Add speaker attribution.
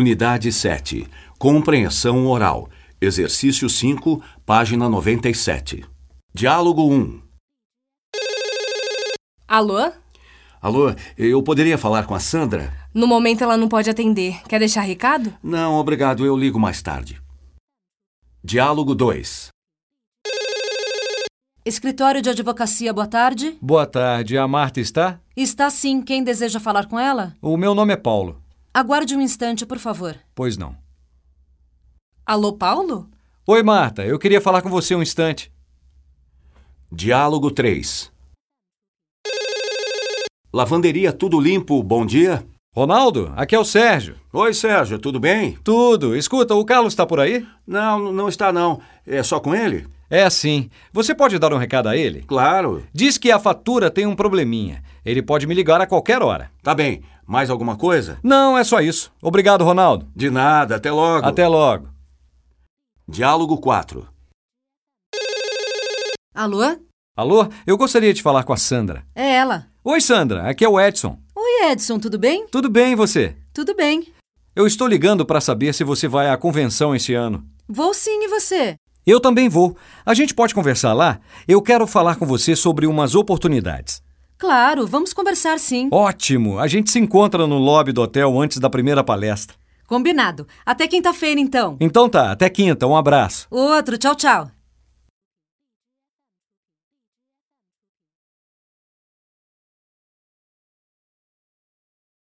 Speaker 1: Unidade 7. Compreensão oral. Exercício 5, página 97. Diálogo 1.
Speaker 2: Alô?
Speaker 1: Alô, eu poderia falar com a Sandra?
Speaker 2: No momento ela não pode atender. Quer deixar recado?
Speaker 1: Não, obrigado, eu ligo mais tarde. Diálogo 2.
Speaker 3: Escritório de Advocacia, boa tarde.
Speaker 4: Boa tarde, a Marta está?
Speaker 3: Está sim quem deseja falar com ela?
Speaker 4: O meu nome é Paulo.
Speaker 3: Aguarde um instante, por favor.
Speaker 4: Pois não.
Speaker 2: Alô, Paulo?
Speaker 4: Oi, Marta, eu queria falar com você um instante.
Speaker 1: Diálogo 3. Lavanderia Tudo Limpo, bom dia.
Speaker 4: Ronaldo, aqui é o Sérgio.
Speaker 1: Oi, Sérgio, tudo bem?
Speaker 4: Tudo, escuta, o Carlos está por aí?
Speaker 1: Não, não está não. É só com ele?
Speaker 4: É sim. Você pode dar um recado a ele?
Speaker 1: Claro.
Speaker 4: Diz que a fatura tem um probleminha. Ele pode me ligar a qualquer hora.
Speaker 1: Tá bem. Mais alguma coisa?
Speaker 4: Não, é só isso. Obrigado, Ronaldo.
Speaker 1: De nada, até logo.
Speaker 4: Até logo.
Speaker 1: Diálogo 4.
Speaker 3: Alô?
Speaker 4: Alô, eu gostaria de falar com a Sandra.
Speaker 3: É ela.
Speaker 4: Oi, Sandra, aqui é o Edson.
Speaker 3: Oi, Edson, tudo bem?
Speaker 4: Tudo bem, e você?
Speaker 3: Tudo bem.
Speaker 4: Eu estou ligando para saber se você vai à convenção esse ano.
Speaker 3: Vou sim, e você?
Speaker 4: Eu também vou. A gente pode conversar lá? Eu quero falar com você sobre umas oportunidades.
Speaker 3: Claro, vamos conversar sim.
Speaker 4: Ótimo! A gente se encontra no lobby do hotel antes da primeira palestra.
Speaker 3: Combinado. Até quinta-feira, então.
Speaker 4: Então tá, até quinta, um abraço.
Speaker 3: Outro, tchau, tchau.